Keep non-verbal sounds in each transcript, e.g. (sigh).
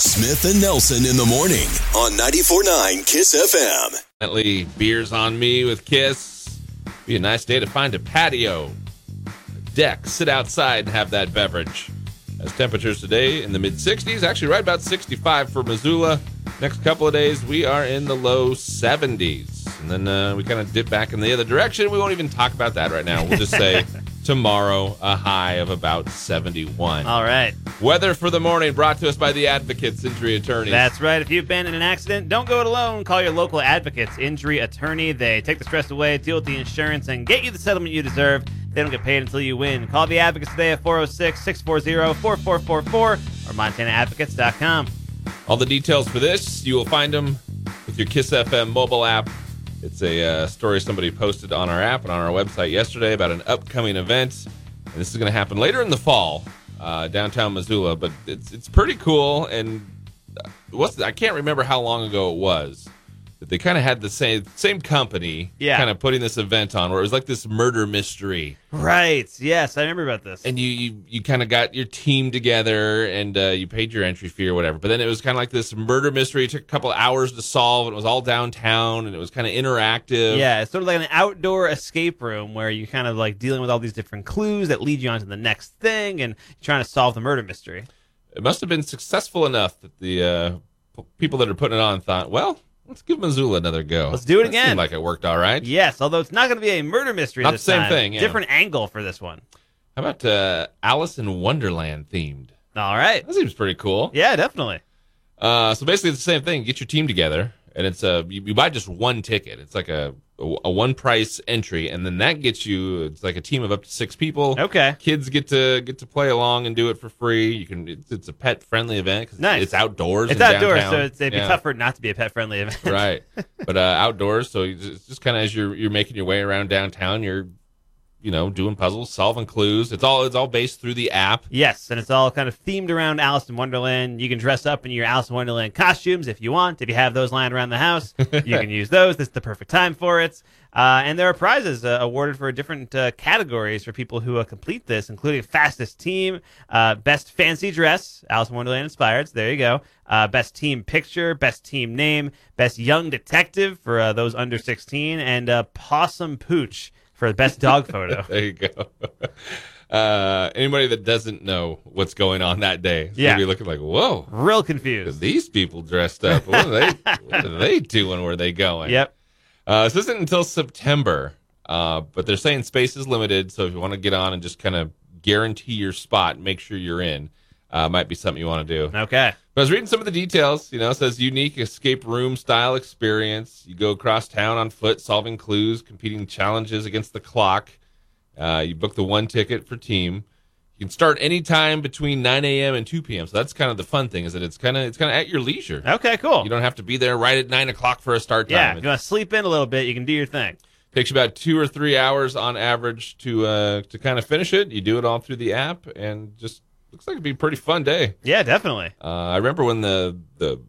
Smith and Nelson in the morning on 94.9 Kiss FM. Definitely beers on me with Kiss. Be a nice day to find a patio, a deck, sit outside and have that beverage. As temperatures today in the mid 60s, actually right about 65 for Missoula. Next couple of days, we are in the low 70s. And then uh, we kind of dip back in the other direction. We won't even talk about that right now. We'll just say tomorrow, a high of about 71. All right. Weather for the morning brought to us by the Advocates Injury Attorneys. That's right. If you've been in an accident, don't go it alone. Call your local advocates, injury attorney. They take the stress away, deal with the insurance, and get you the settlement you deserve. They don't get paid until you win. Call the advocates today at 406 640 4444 or MontanaAdvocates.com. All the details for this, you will find them with your Kiss FM mobile app. It's a uh, story somebody posted on our app and on our website yesterday about an upcoming event. And this is going to happen later in the fall, uh, downtown Missoula. But it's it's pretty cool. And uh, what's I can't remember how long ago it was that they kind of had the same same company, Yeah. kind of putting this event on, where it was like this murder mystery Right. Yes, I remember about this. and you you, you kind of got your team together and uh, you paid your entry fee or whatever. But then it was kind of like this murder mystery. It took a couple hours to solve. And it was all downtown and it was kind of interactive. Yeah, it's sort of like an outdoor escape room where you're kind of like dealing with all these different clues that lead you on to the next thing and trying to solve the murder mystery. it must have been successful enough that the uh, p- people that are putting it on thought, well, let's give Missoula another go. Let's do it That again. seemed like it worked all right. Yes, although it's not going to be a murder mystery. Not this the same time. thing, yeah. Different angle for this one. How about uh, Alice in Wonderland themed? All right. That seems pretty cool. Yeah, definitely. Uh, so basically, it's the same thing. Get your team together, and it's a you, you buy just one ticket. It's like a a one price entry, and then that gets you. It's like a team of up to six people. Okay. Kids get to get to play along and do it for free. You can. It's, it's a pet friendly event. 'cause Nice. It's outdoors. It's in outdoors, downtown. so it's, it'd be Yeah. tough for it not to be a pet friendly event. (laughs) right. But uh, outdoors, so you just, just kind of as you're you're making your way around downtown, you're you know doing puzzles, solving clues. It's all it's all based through the app. Yes, and it's all kind of themed around Alice in Wonderland. You can dress up in your Alice in Wonderland costumes if you want. If you have those lying around the house, you can use those. This is the perfect time for it. Uh, and there are prizes uh, awarded for different uh, categories for people who uh, complete this, including fastest team, uh, best fancy dress, Alice in Wonderland inspired. So there you go. Uh, best team picture, best team name, best young detective for uh, those under 16, and uh, possum pooch for the best dog photo. There you go. (laughs) Uh, anybody that doesn't know what's going on that day is Yeah. gonna be looking like, "Whoa, Real confused. these people dressed up. What are they? what are they doing? Where are they going?" Yep. Uh, this isn't until September, uh, but they're saying space is limited. So if you want to get on and just kind of guarantee your spot, make sure you're in. Uh, might be something you want to do. Okay. But I was reading some of the details. You know, it says unique escape room style experience. You go across town on foot, solving clues, competing challenges against the clock. Uh, you book the one ticket for team. You can start any time between 9 a.m. and 2 p.m. So that's kind of the fun thing is that it's kind of it's kind of at your leisure. Okay, cool. You don't have to be there right at nine o'clock for a start time. Oh. yeah, It if you want to sleep in a little bit, you can do your thing. takes you about two or three hours on average to uh, to kind of finish it. You do it all through the app, and just looks like it'd be a pretty fun day. Yeah, definitely. Uh, I remember when the the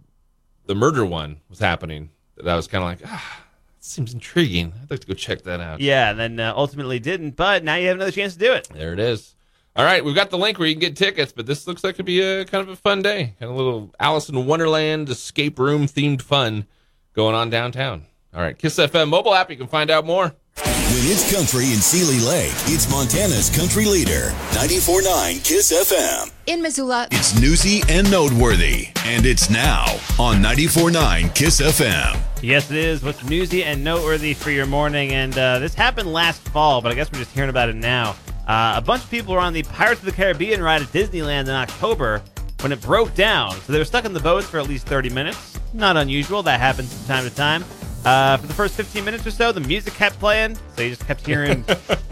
the murder one was happening, that I was kind of like, ah, that seems intriguing. I'd like to go check that out. Yeah, and then uh, ultimately didn't, but now you have another chance to do it. There it is. All right, we've got the link where you can get tickets, but this looks like it'd be a kind of a fun day, kind of a little Alice in Wonderland escape room themed fun going on downtown. All right, Kiss FM mobile app, you can find out more. When it's country in Sealy Lake, it's Montana's country leader. 94.9 Kiss FM. In Missoula, It's newsy and noteworthy. And it's now on 94.9 Kiss FM. Yes, it is. What's newsy and noteworthy for your morning? And uh, this happened last fall, but I guess we're just hearing about it now. Uh, a bunch of people were on the Pirates of the Caribbean ride at Disneyland in October when it broke down. So they were stuck in the boats for at least 30 minutes. Not unusual. That happens from time to time. Uh, for the first 15 minutes or so, the music kept playing. So you just kept hearing,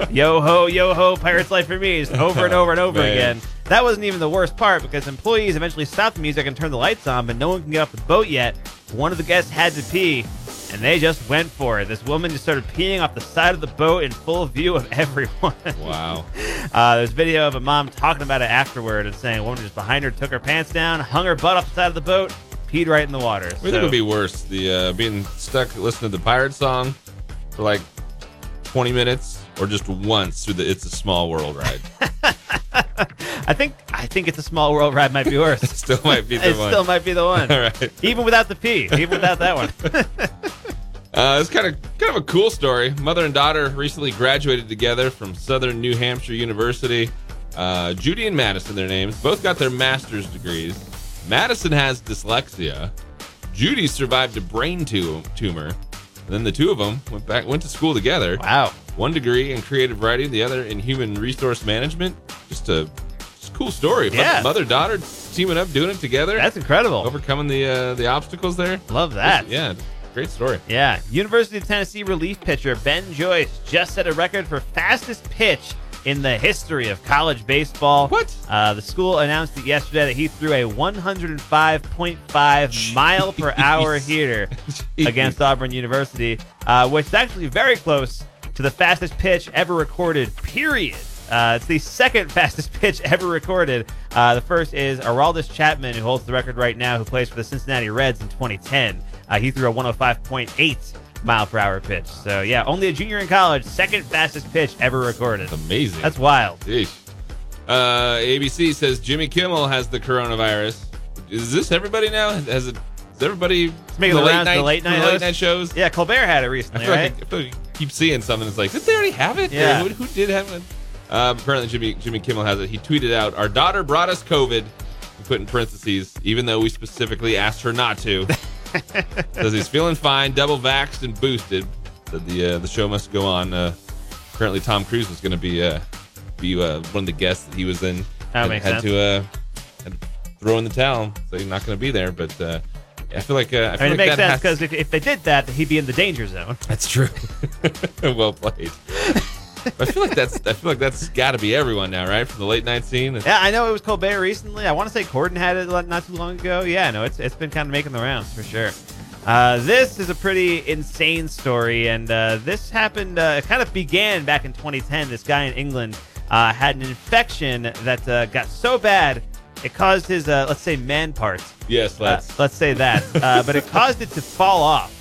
yo ho, yo ho, Pirates Life for Me, just over and over and over Man. again. That wasn't even the worst part because employees eventually stopped the music and turned the lights on, but no one can get off the boat yet. One of the guests had to pee, and they just went for it. This woman just started peeing off the side of the boat in full view of (laughs) everyone. Wow. Uh, there's video of a mom talking about it afterward and saying a woman just behind her took her pants down, hung her butt off the side of the boat, peed right in the water. I think it would be worse. The uh, being stuck listening to the pirate song for like twenty minutes, or just once through the "It's a Small World" ride. I think I think it's a small world ride might be (laughs) worse. Still might be the it one. still might be the (laughs) one. All right. Even without the P, even without (laughs) that one. Uh, it's kind of kind of a cool story. Mother and daughter recently graduated together from Southern New Hampshire University. Uh, Judy and Madison, their names, both got their master's degrees. Madison has dyslexia. Judy survived a brain tu- tumor. And then the two of them went back went to school together. Wow. One degree in creative writing, the other in human resource management. Just a, just a cool story. Yeah. Mother daughter teaming up, doing it together, That's incredible. overcoming the uh, the obstacles there. Love that. Yeah, great story. Yeah. University of Tennessee relief pitcher Ben Joyce just set a record for fastest pitch in the history of college baseball. What? Uh, the school announced it yesterday that he threw a 105.5 mile per hour heater against Auburn University, uh, which is actually very close to the fastest pitch ever recorded, period. Uh, it's the second (laughs) fastest pitch ever recorded. Uh, the first is Araldus Chapman, who holds the record right now, who plays for the Cincinnati Reds in 2010. Uh, he threw a 105.8 mile per hour pitch. So, yeah, only a junior in college, second fastest pitch ever recorded. Amazing. That's wild. Yeesh. Uh, ABC says Jimmy Kimmel has the coronavirus. Is this everybody now? Has it? Is everybody making the rounds to the late night hosts? shows? Yeah, Colbert had it I recently, feel, right? like, I feel like you keep seeing something. It's like, did they already have it? Yeah. Who, who did have it? Um, apparently, Jimmy Jimmy Kimmel has it. He tweeted out, "Our daughter brought us COVID." He put in parentheses, even though we specifically asked her not (laughs) to. Says he's feeling fine, double vaxxed and boosted. Said the uh, the show must go on. Uh, apparently, Tom Cruise was going to be uh, be uh, one of the guests that he was in. That and makes had sense. to uh, had to throw in the towel, so he's not going to be there. But uh, I feel like uh, I I feel mean, like it makes that sense has- because if, if they did that, he'd be in the danger zone. that's true. (laughs) well played. I feel like that's I feel like that's got to be everyone now, right? From the late night scene. Yeah, I know it was Colbert recently. I want to say Corden had it le- not too long ago. Yeah, no, it's it's been kind of making the rounds for sure. Uh, this is a pretty insane story, and uh, this happened. Uh, it kind of began back in 2010. This guy in England uh, had an infection that uh, got so bad it caused his uh, let's say man parts Yes, Uh, let's. let's say that. Uh, but it caused it to fall off.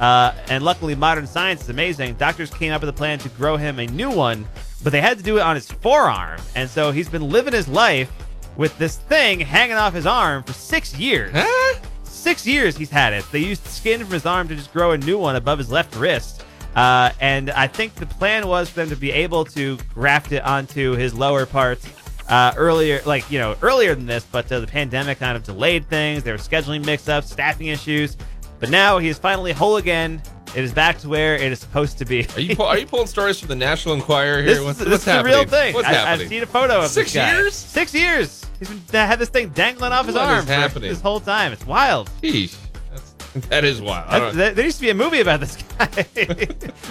Uh, and luckily, modern science is amazing. Doctors came up with a plan to grow him a new one, but they had to do it on his forearm. And so he's been living his life with this thing hanging off his arm for six years. Huh? Six years he's had it. They used skin from his arm to just grow a new one above his left wrist. Uh, and I think the plan was for them to be able to graft it onto his lower parts uh, earlier, like, you know, earlier than this, but uh, the pandemic kind of delayed things. There were scheduling mix ups, staffing issues. But now he is finally whole again. It is back to where it is supposed to be. Are you pull, are you pulling stories from the National Enquirer here? This, what's is, what's this is the happening? real thing. What's I, happening? I've seen a photo of Six this guy. years? Six years. He's been, had this thing dangling off his What is arm for happening? this whole time. It's wild. Sheesh. That's, that is wild. I That's- don't- there there used to be a movie about this guy. (laughs)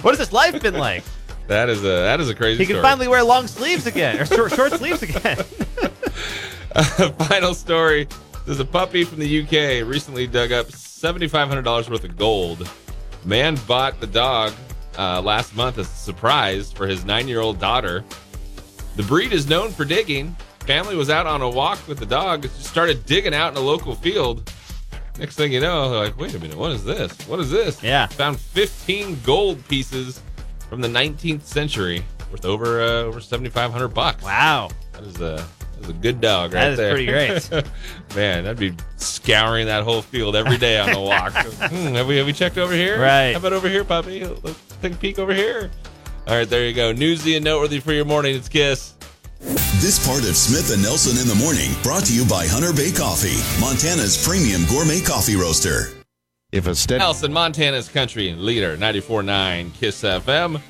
what has his life been like? that is a that is a crazy. He can story. finally wear long sleeves again, or short, short sleeves again. (laughs) (laughs) Final story. There's a puppy from the UK recently dug up $7,500 worth of gold. Man bought the dog uh, last month as a surprise for his nine year old daughter. The breed is known for digging. Family was out on a walk with the dog, just started digging out in a local field. Next thing you know, they're like, wait a minute, what is this? What is this? Yeah. Found 15 gold pieces from the 19th century worth over uh, over 7,500 bucks. Wow. That is a that is a good dog right That is there. pretty (laughs) great. Man, I'd be scouring that whole field every day on the (laughs) walk. Hmm, have we have we checked over here? Right. How about over here, puppy? Let's take a peek over here. All right, there you go. Newsy and noteworthy for your morning. It's Kiss. This part of Smith and Nelson in the morning brought to you by Hunter Bay Coffee, Montana's premium gourmet coffee roaster. If a steady Nelson, Montana's country leader, 94.9 Kiss FM.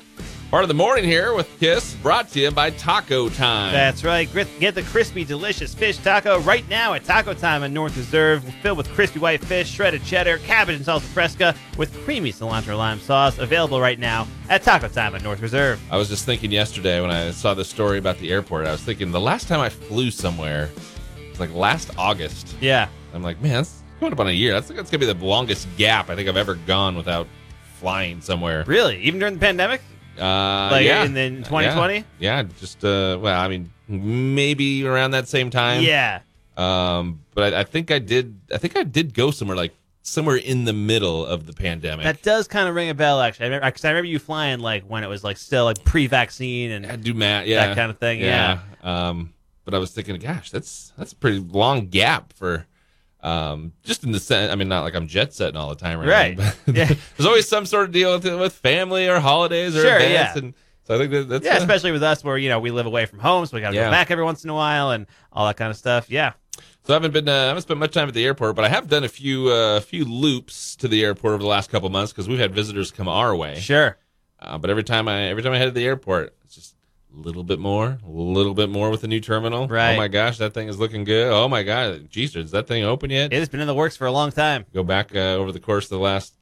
Part of the morning here with Kiss, brought to you by Taco Time. That's right. Grit- Get the crispy, delicious fish taco right now at Taco Time in North Reserve, filled with crispy white fish, shredded cheddar, cabbage, and salsa fresca, with creamy cilantro lime sauce. Available right now at Taco Time at North Reserve. I was just thinking yesterday when I saw this story about the airport. I was thinking the last time I flew somewhere, it was like last August. Yeah. I'm like, man, that's going up on a year. That's that's gonna be the longest gap I think I've ever gone without flying somewhere. Really? Even during the pandemic? Uh, Like, yeah. in- in 2020? Yeah, Yeah, just uh, well, I mean, maybe around that same time. yeah. Um, but I, I think I did. I think I did go somewhere like somewhere in the middle of the pandemic. That does kind of ring a bell, actually. I remember because I remember you flying like when it was like still like pre-vaccine, I and do, Matt. Yeah, kind of thing, Um, but I was thinking, gosh, that's that's a pretty long gap for um, just in the sense. I mean, not like I'm jet setting all the time, right? Right. now, but (laughs) Yeah. (laughs) There's always some sort of deal with with family or holidays or Sure, events, yeah. and so I think that, that's (laughs) Yeah, uh, especially with us where, you know, we live away from home, so we got to Yeah. go back every once in a while and all that kind of stuff. Yeah. So I haven't been, uh, I haven't spent much time at the airport, but I have done a few, uh, few loops to the airport over the last couple months because we've had visitors come our way. Sure. Uh, but every time I, every time I head to the airport, it's just a little bit more, a little bit more with the new terminal. Right. Oh my gosh, that thing is looking good. Oh my god, Jesus, is that thing open yet? It has been in the works for a long time. go back uh, over the course of the last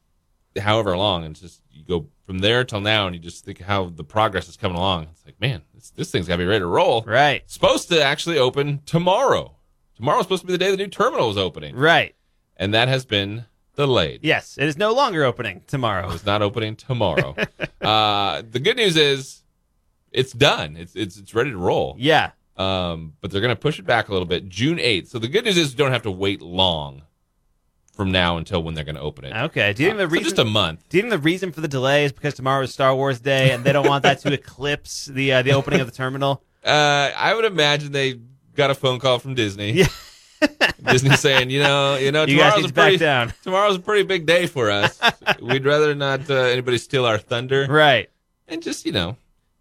however long, and it's just you go from there till now, and you just think how the progress is coming along. It's like, man, this, this thing's got to be ready to roll. Right. Supposed to actually open tomorrow. Tomorrow's supposed to be the day the new terminal is opening Right. and that has been delayed. Yes. It is no longer opening tomorrow. Oh, It's not opening (laughs) tomorrow. uh, the good news is it's done. It's it's it's ready to roll. Yeah. Um, but they're going to push it back a little bit, June eighth. So the good news is you don't have to wait long from now until when they're going to open it. Okay. Do you think the So reason just a month. do you think the reason for the delay is because tomorrow is Star Wars Day and they don't want that (laughs) to eclipse the uh, the opening of the terminal? Uh, I would imagine they got a phone call from Disney. Yeah. (laughs) Disney saying, you know, you know, (laughs) You guys Uh, tomorrow's need a to back pretty down. (laughs) tomorrow's a pretty big day for us. We'd rather not uh, anybody steal our thunder. Right. and just you know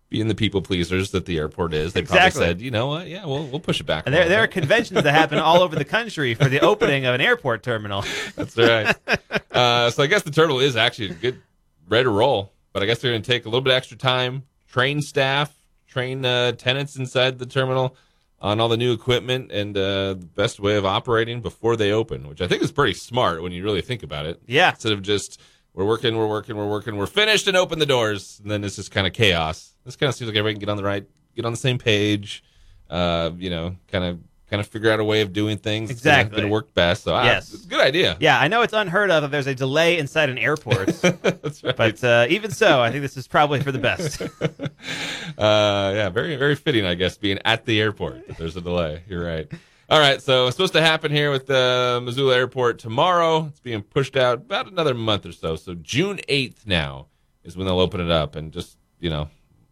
being the people pleasers that the airport is they Exactly. probably said you know what yeah we'll, we'll push it back a And there, little there are bit." conventions that happen all over the (laughs) country for the opening of an airport terminal. that's right (laughs) uh, so i guess the turtle is actually a good ready to roll but i guess they're going to take a little bit extra time train staff train uh, tenants inside the terminal on all the new equipment and uh, the best way of operating before they open which i think is pretty smart when you really think about it Yeah. instead of just we're working we're working we're working we're finished and open the doors and then it's just kind of chaos this kind of seems like everybody can get on the right get on the same page uh you know kind of kind of figure out a way of doing things that's gonna- Exactly. gonna work best so I- Yes. it's a good idea Yeah, I know it's unheard of that there's a delay inside an airport, (laughs) that's right but uh, even so, I think this is probably for (laughs) the best. uh yeah very very fitting i guess being at the airport that there's a delay you're right all right so it's supposed to happen here with the missoula airport tomorrow it's being pushed out about another month or so so june 8th now is when they'll open it up and just you know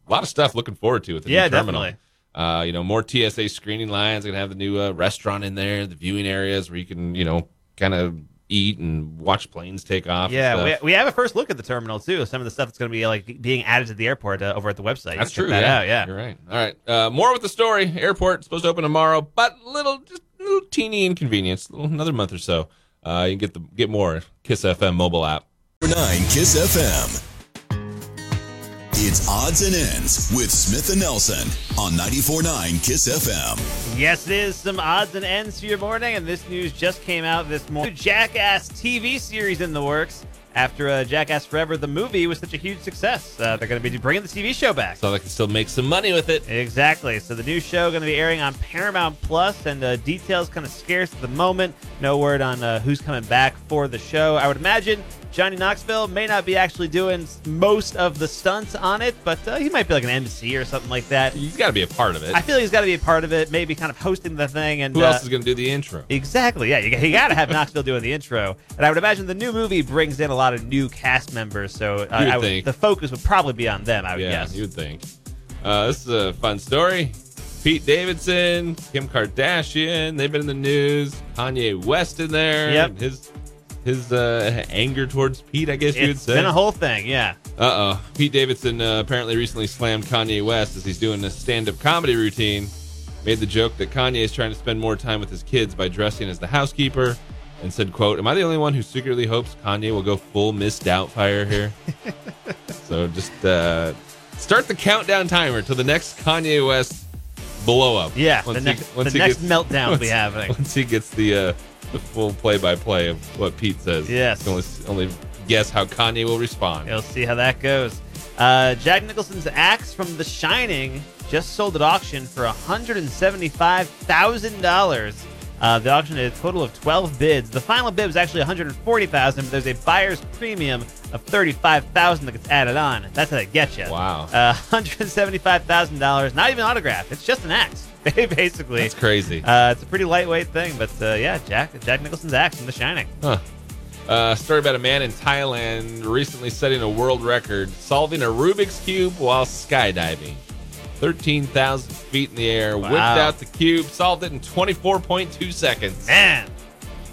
a lot of stuff looking forward to with the Yeah, new terminal definitely. uh, you know more tsa screening lines gonna have the new uh, restaurant in there the viewing areas where you can you know kind of eat and watch planes take off and Yeah, stuff. we, we have a first look at the terminal too. Some of the stuff that's going to be like being added to the airport uh, over at the website. You That's can true. check That yeah. out, yeah. You're right. All right. Uh, more with the story. Airport supposed to open tomorrow, but little, just little teeny inconvenience. Little, another month or so. Uh, you can get the get more Kiss FM mobile app. Number 9 Kiss FM. It's Odds and Ends with Smith and Nelson on 94.9 Kiss FM. Yes, it is some odds and ends for your morning, and this news just came out this morning. Jackass TV series in the works. After uh, Jackass Forever, the movie was such a huge success, uh, they're going to be bringing the TV show back. So they can still make some money with it. Exactly. So the new show going to be airing on Paramount Plus, and uh, details kind of scarce at the moment. No word on uh, who's coming back for the show. I would imagine Johnny Knoxville may not be actually doing s- most of the stunts on it, but uh, he might be like an MC or something like that. You've got to be a part of it. I feel he's got to be a part of it, maybe kind of hosting the thing. And Who uh, else is going to do the intro? Exactly. Yeah, you, you got to have Knoxville doing the intro, and I would imagine the new movie brings in a lot of new cast members. So uh, You would I would- think. the focus would probably be on them. I would yeah, guess. you would think. Uh, this is a fun story. Pete Davidson, Kim Kardashian, they've been in the news. Kanye West in there. Yep. and His his uh, anger towards Pete, I guess you would it's say. been a whole thing. Yeah. Uh oh. Pete Davidson uh, apparently recently slammed Kanye West as he's doing a stand up comedy routine. Made the joke that Kanye is trying to spend more time with his kids by dressing as the housekeeper and said, quote, Am I the only one who secretly hopes Kanye will go full Miss Doubtfire (laughs) here? so just uh, start the countdown timer till the next Kanye West blow up. Yeah, Once the he- next, once he the next gets- meltdown will once- be happening. Once he gets the uh, the full play by play of what Pete says. Yes. Only, only guess how Kanye will respond. We'll see how that goes. Uh, Jack Nicholson's axe from The Shining just sold at auction for $175,000. Uh, the auction had a total of 12 bids. The final bid was actually 140000 but there's a buyer's premium of 35000 that gets added on. That's how they get you. Wow. Uh, $175,000, not even autographed. It's just an axe, (laughs) basically. That's crazy. Uh, it's a pretty lightweight thing, but uh, yeah, Jack Jack Nicholson's axe from The Shining. Huh. Uh, story about a man in Thailand recently setting a world record solving a Rubik's Cube while skydiving. 13,000 feet in the air, Wow. whipped out the cube, solved it in 24.2 seconds. Can Man,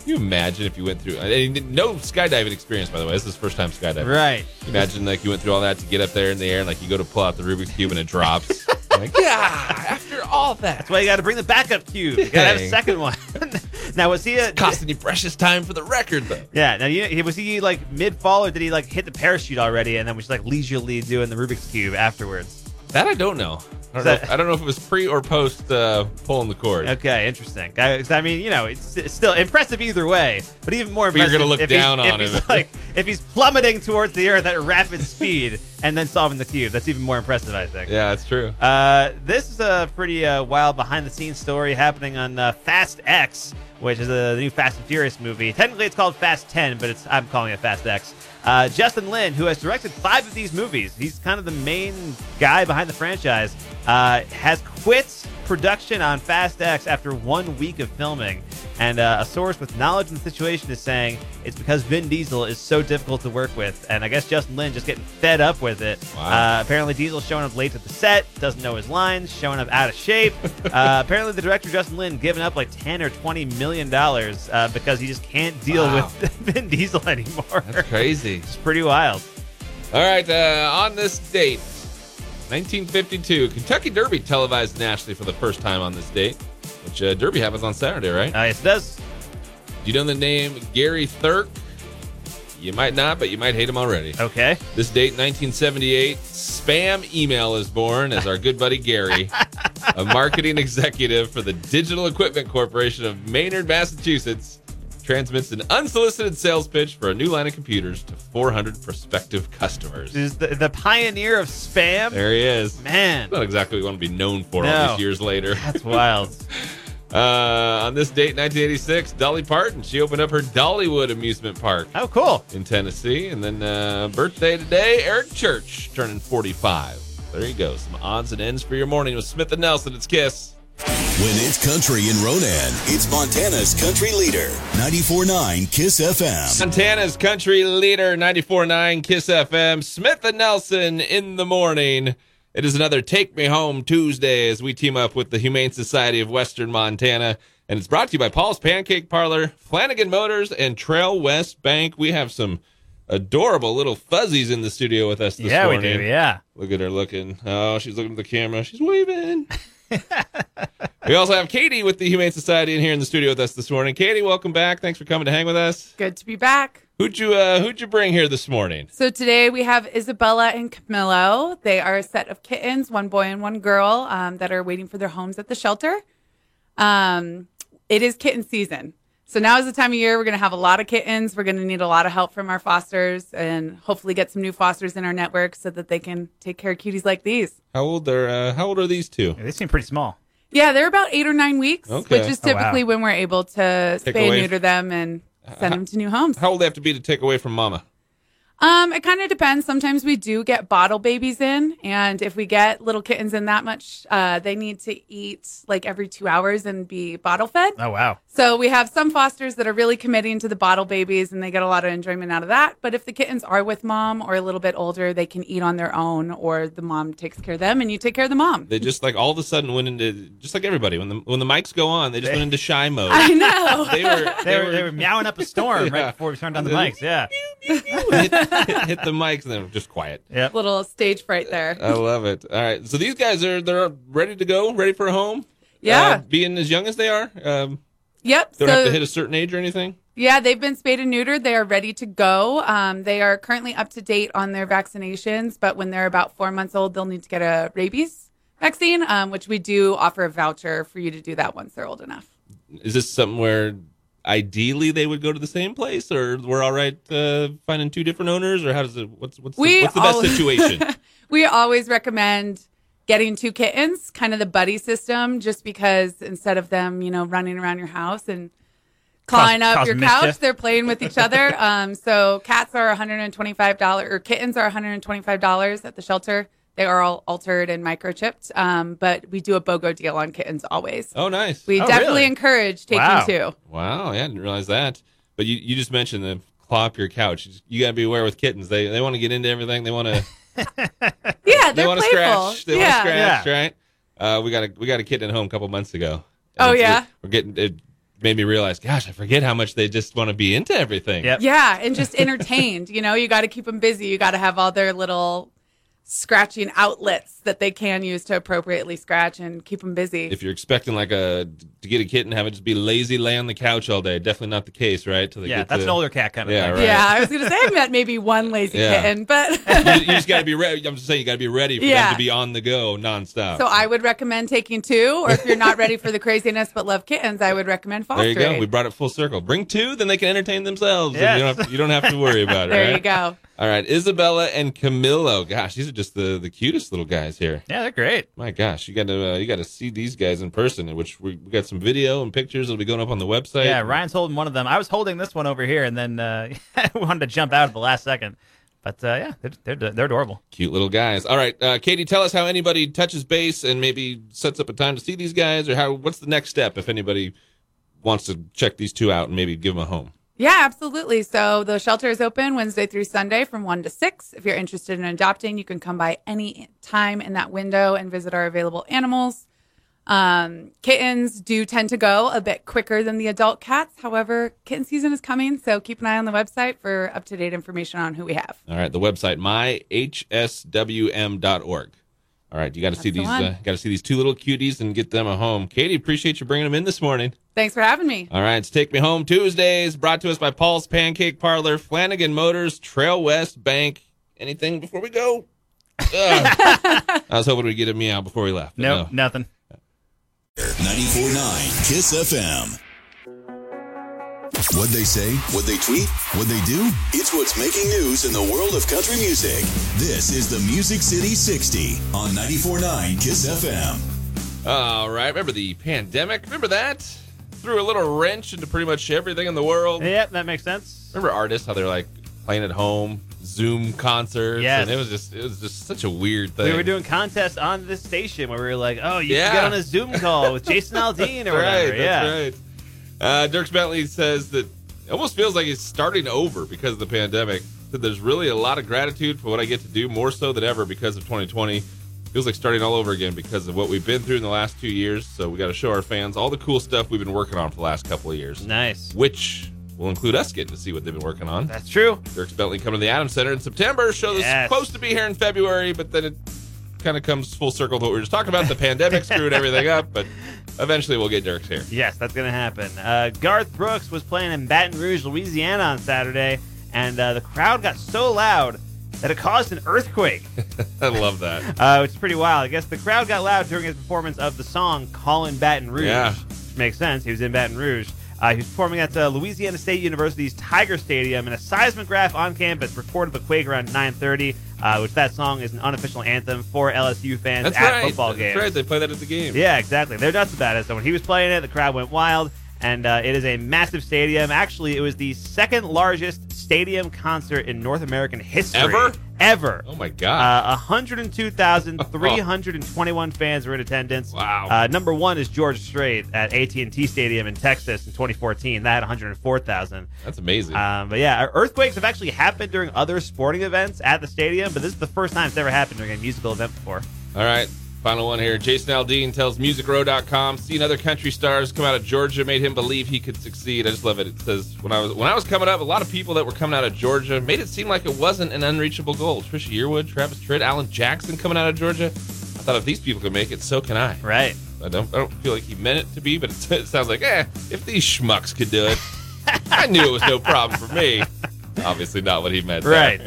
you imagine if you went through and he didn't- no skydiving experience, by the way. This is his first time skydiving. right. Can you Imagine like you went through all that to get up there in the air and like you go to pull out the Rubik's Cube and it (laughs) drops. like, yeah, after all that. That's why you got to bring the backup cube. You got to have a Dang. second one. (laughs) now was he a Costing you precious time for the record though. yeah? Now you, was he like mid fall or did he like hit the parachute already and then was like leisurely doing the Rubik's cube afterwards? That I don't know. I don't, know, Is that- if, I don't know if it was pre or post uh, pulling the cord. Okay, interesting. I, 'cause I mean, you know, it's, it's still impressive either way, but even more But you're impressive. gonna look if he's- down if on he's, him. Like, if he's plummeting towards the earth at rapid speed and then solving the cube, that's even more impressive, I think. Yeah, that's true. Uh, this is a pretty uh, wild behind-the-scenes story happening on uh, Fast X, which is uh, the new Fast and Furious movie. Technically, it's called Fast 10, but it's I'm calling it Fast X. Uh, Justin Lin, who has directed five of these movies, he's kind of the main guy behind the franchise, uh, has quit production on Fast X after one week of filming. And uh, a source with knowledge of the situation is saying it's because Vin Diesel is so difficult to work with. And I guess Justin Lin just getting fed up with it. Wow. Uh, uh, apparently, Diesel's showing up late to the set, doesn't know his lines, showing up out (laughs) of shape. Uh, apparently, the director Justin Lin giving up like ten or twenty million dollars uh, because he just can't deal Wow. with (laughs) Vin Diesel anymore. That's crazy. It's pretty wild. All right, uh, on this date, 1952, Kentucky Derby televised nationally for the first time on this date, which uh, Derby happens on Saturday, right? Uh, yes, it does. Do you know the name Gary Thurk? You might not, but you might hate him already. Okay. This date, 1978, spam email is born as our good buddy Gary, a marketing executive for the Digital Equipment Corporation of Maynard, Massachusetts, transmits an unsolicited sales pitch for a new line of computers to 400 prospective customers. This is the, the pioneer of spam. There he is. Man, Not exactly what we want to be known for all No. these years later. (laughs) that's wild. Uh, on this date, 1986, Dolly Parton, she opened up her Dollywood amusement park Oh, cool. in Tennessee. And then uh, birthday today, Eric Church turning 45. There you go. Some odds and ends for your morning with Smith and Nelson. It's Kiss. When it's country in Ronan, it's Montana's country leader. 94.9 Kiss FM. Montana's country leader, 94.9 Kiss FM. Smith and Nelson in the morning. It is another Take Me Home Tuesday as we team up with the Humane Society of Western Montana. And it's brought to you by Paul's Pancake Parlor, Flanagan Motors, and Trail West Bank. We have some adorable little fuzzies in the studio with us this yeah, morning. we do. Yeah. Look at her looking. Oh, she's looking at the camera. She's (laughs) waving. we also have Katie with the Humane Society in here in the studio with us this morning. Katie, welcome back. Thanks for coming to hang with us. Good to be back. Who'd you uh, who'd you bring here this morning? So today we have Isabella and Camillo. They are a set of kittens, one boy and one girl, um, that are waiting for their homes at the shelter. Um, it is kitten season. So now is the time of year we're going to have a lot of kittens. We're going to need a lot of help from our fosters and hopefully get some new fosters in our network so that they can take care of cuties like these. How old are uh, How old are these two? They seem pretty small. Yeah, they're about eight or nine weeks, Okay. which is Oh, wow. typically when we're able to Take spay and away- Uh-huh. neuter them and send them to new homes. How old they have to be to take away from Mama? Um, it kind of depends. Sometimes we do get bottle babies in, and if we get little kittens in that much, uh, they need to eat like every two hours and be bottle fed. Oh, wow. So we have some fosters that are really committing to the bottle babies, and they get a lot of enjoyment out of that. But if the kittens are with mom or a little bit older, they can eat on their own, or the mom takes care of them, and you take care of the mom. They just like all of a sudden went into just like everybody when the when the mics go on, they just went into shy mode. (laughs) (laughs) I know. (laughs) They were They were, they were meowing up (laughs) a storm Yeah. right before we turned on the mics. Yeah. (laughs) hit, hit, hit the mics and then just quiet. (laughs) Yeah. little stage fright there. I love it. All right, so these guys are they're ready to go, ready for a home. Yeah. uh, being as young as they are, um, Yep. don't have so- to hit a certain age or anything. Yeah, they've been spayed and neutered. They are ready to go. Um, they are currently up to date on their vaccinations, but when they're about four months old, they'll need to get a rabies vaccine, um, which we do offer a voucher for you to do that once they're old enough. Is this something where ideally they would go to the same place, or we're all right uh, finding two different owners, or how does it? What's what's the, We what's the best all- situation? (laughs) We always recommend getting two kittens, kind of the buddy system, just because instead of them, you know, running around your house and clawing Cause- up cause your mischief. couch, they're playing with each (laughs) other. Um, so cats are $125 or kittens are $125 at the shelter. They are all altered and microchipped, um, but we do a BOGO deal on kittens always. oh, nice. We Oh, definitely really? encourage taking Wow. two. Wow, yeah, I didn't realize that. But (laughs) you, you just mentioned the claw up your couch. You, just- you got to be aware with kittens. They they want to get into everything. They want to Yeah, they they're want to playful. scratch. They yeah. want to scratch, right? Uh, we got a we got a kitten at home a couple months ago. Oh, it's- yeah? we're getting it made me realize. Gosh, I forget how much they just want to be into everything. Yep. Yeah, and just entertained. you know, you got to keep them busy. You got to have all their little scratching outlets that they can use to appropriately scratch and keep them busy. If you're expecting like a to get a kitten, have it just be lazy, lay on the couch all day. Definitely not the case, right? Till they yeah, get that's to- an older cat kind of Yeah, thing. right. Yeah, I was gonna say I met maybe one lazy Yeah. kitten, but (laughs) (laughs) you, you just got to be ready. I'm just saying, you got to be ready for Yeah. them to be on the go nonstop. so I would recommend taking two. Or if you're not ready for the craziness but love kittens, I would recommend there you fostering. go. We brought it full circle. Bring two, then they can entertain themselves. and you Yes. don't have, you don't have to (laughs) worry about it. there right? you go. All right, Isabella and Camillo. Gosh, these are just the the cutest little guys here. Yeah, they're great. My gosh, you got to uh, you got to see these guys in person. Which we, we got some video and pictures. It'll be going up on the website. Yeah, Ryan's holding one of them. I was holding this one over here, and then uh, (laughs) I wanted to jump out at the last second. But uh, yeah, they're, they're they're adorable. cute little guys. All right, uh, Katie, tell us how anybody touches base and maybe sets up a time to see these guys, or how what's the next step if anybody wants to check these two out and maybe give them a home. Yeah, absolutely. So the shelter is open Wednesday through Sunday from 1 to 6. If you're interested in adopting, you can come by any time in that window and visit our available animals. Um, kittens do tend to go a bit quicker than the adult cats. However, kitten season is coming, so keep an eye on the website for up to date information on who we have. All right, the website myhswm.org. All right, you got to see the these one. uh, got to see these two little cuties and get them a home. Katie, appreciate you bringing them in this morning. Thanks for having me. All right, it's Take Me Home Tuesdays, brought to us by Paul's Pancake Parlor, Flanagan Motors, Trail West Bank. Anything before we go? Ugh. I was hoping we'd get a meow before we left. but Nope, nothing. 94.9 Kiss FM. What'd they say? What'd they tweet? What'd they do? It's what's making news in the world of country music. This is the Music City 60 on 94.9 Kiss FM. All right, remember the pandemic? Remember that? Threw a little wrench into pretty much everything in the world. Yep, that makes sense. Remember artists, how they're like playing at home, Zoom concerts? Yes. And it was just, it was just such a weird thing. We were doing contests on this station where we were like, oh, you Yeah. can get on a Zoom call with (laughs) Jason Aldean or whatever. Right, yeah. that's right. Uh, Dirks Bentley says that it almost feels like he's starting over because of the pandemic. That there's really a lot of gratitude for what I get to do more so than ever because of 2020. Feels like starting all over again because of what we've been through in the last two years. So we got to show our fans all the cool stuff we've been working on for the last couple of years, Nice. which will include us getting to see what they've been working on. That's true. Dirks Bentley coming to the Adams Center in September. Show that's Yes. supposed to be here in February, but then it kind of comes full circle to what we were just talking about. The (laughs) pandemic screwed everything up, but eventually we'll get Dirks here. Yes, that's going to happen. Uh, Garth Brooks was playing in Baton Rouge, Louisiana on Saturday, and uh, the crowd got so loud that it caused an earthquake, I love that. uh, which is pretty wild. I guess the crowd got loud during his performance of the song Callin' Baton Rouge, Yeah. which makes sense. He was in Baton Rouge. Uh, he was performing at uh, Louisiana State University's Tiger Stadium, and a seismograph on campus recorded the quake around 9:30, uh, which that song is an unofficial anthem for LSU fans That's at right. football That's games. right. They play that at the game. Yeah, exactly. They're nuts about it. So when he was playing it, the crowd went wild, and uh, it is a massive stadium. Actually, it was the second largest stadium concert in North American history Ever? Ever. Oh my god. Uh, 102,321 fans were in attendance. Wow. Uh, number one is George Strait at AT&T Stadium in Texas in 2014. That had 104,000. That's amazing. Um, but yeah, earthquakes have actually happened during other sporting events at the stadium, but this is the first time it's ever happened during a musical event before. All right. Final one here. Jason Aldean tells musicrow.com, seen other country stars come out of Georgia made him believe he could succeed. I just love it. It says when I was when I was coming up, a lot of people that were coming out of Georgia made it seem like it wasn't an unreachable goal. Trisha Yearwood, Travis Tritt, Alan Jackson coming out of Georgia. I thought if these people can make it, so can I. Right. I don't I don't feel like he meant it to be, but it, (laughs) it sounds like, eh, if these schmucks could do it, I knew it was no problem for (laughs) me. Obviously not what he meant. there. Right.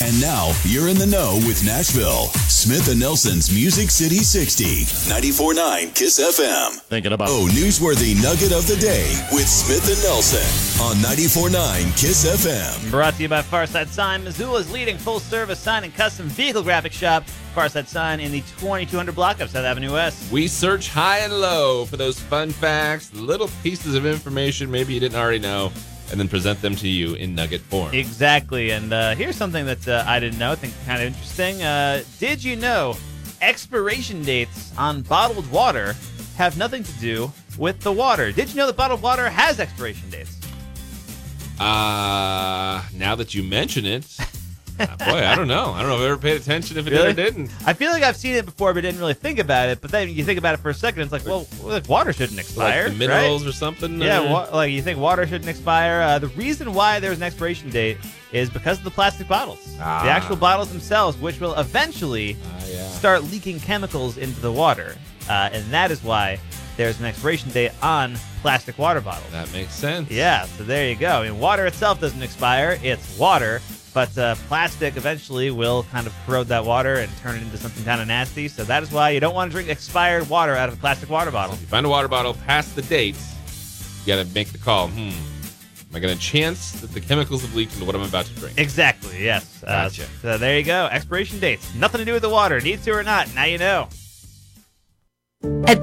And now you're in the know with Nashville. Smith and Nelson's Music City 60, 94.9 Kiss FM. thinking about. Oh, newsworthy nugget of the day with Smith and Nelson on 94.9 Kiss FM. Brought to you by Farside Sign, Missoula's leading full service sign and custom vehicle graphic shop. Farside Sign in the 2200 block of South Avenue West. We search high and low for those fun facts, little pieces of information maybe you didn't already know, and then present them to you in nugget form. Exactly. And uh, here's something that uh, I didn't know, I think kind of interesting. Uh, did you know expiration dates on bottled water have nothing to do with the water? Did you know that bottled water has expiration dates? Ah, Uh, (laughs) now that you mention it, Boy, I don't know. I don't know if I ever paid attention if it Really? did or didn't. I feel like I've seen it before, but didn't really think about it. But then you think about it for a second, it's like, well, like water shouldn't expire. Like the right? minerals or something. Yeah, uh, wa- like you think water shouldn't expire. Uh, the reason why there's an expiration date is because of the plastic bottles, Ah. the actual bottles themselves, which will eventually ah, yeah. start leaking chemicals into the water, uh, and that is why there's an expiration date on plastic water bottles. That makes sense. Yeah, so there you go. I mean, water itself doesn't expire; it's water. But uh, plastic eventually will kind of corrode that water and turn it into something kind of nasty. So that is why you don't want to drink expired water out of a plastic water bottle. If you find a water bottle past the date, you got to make the call. Hmm. Am I going to chance that the chemicals have leaked into what I'm about to drink? Exactly. Yes. Gotcha. Uh, so there you go. Expiration dates. Nothing to do with the water. Need to or not. Now you know. At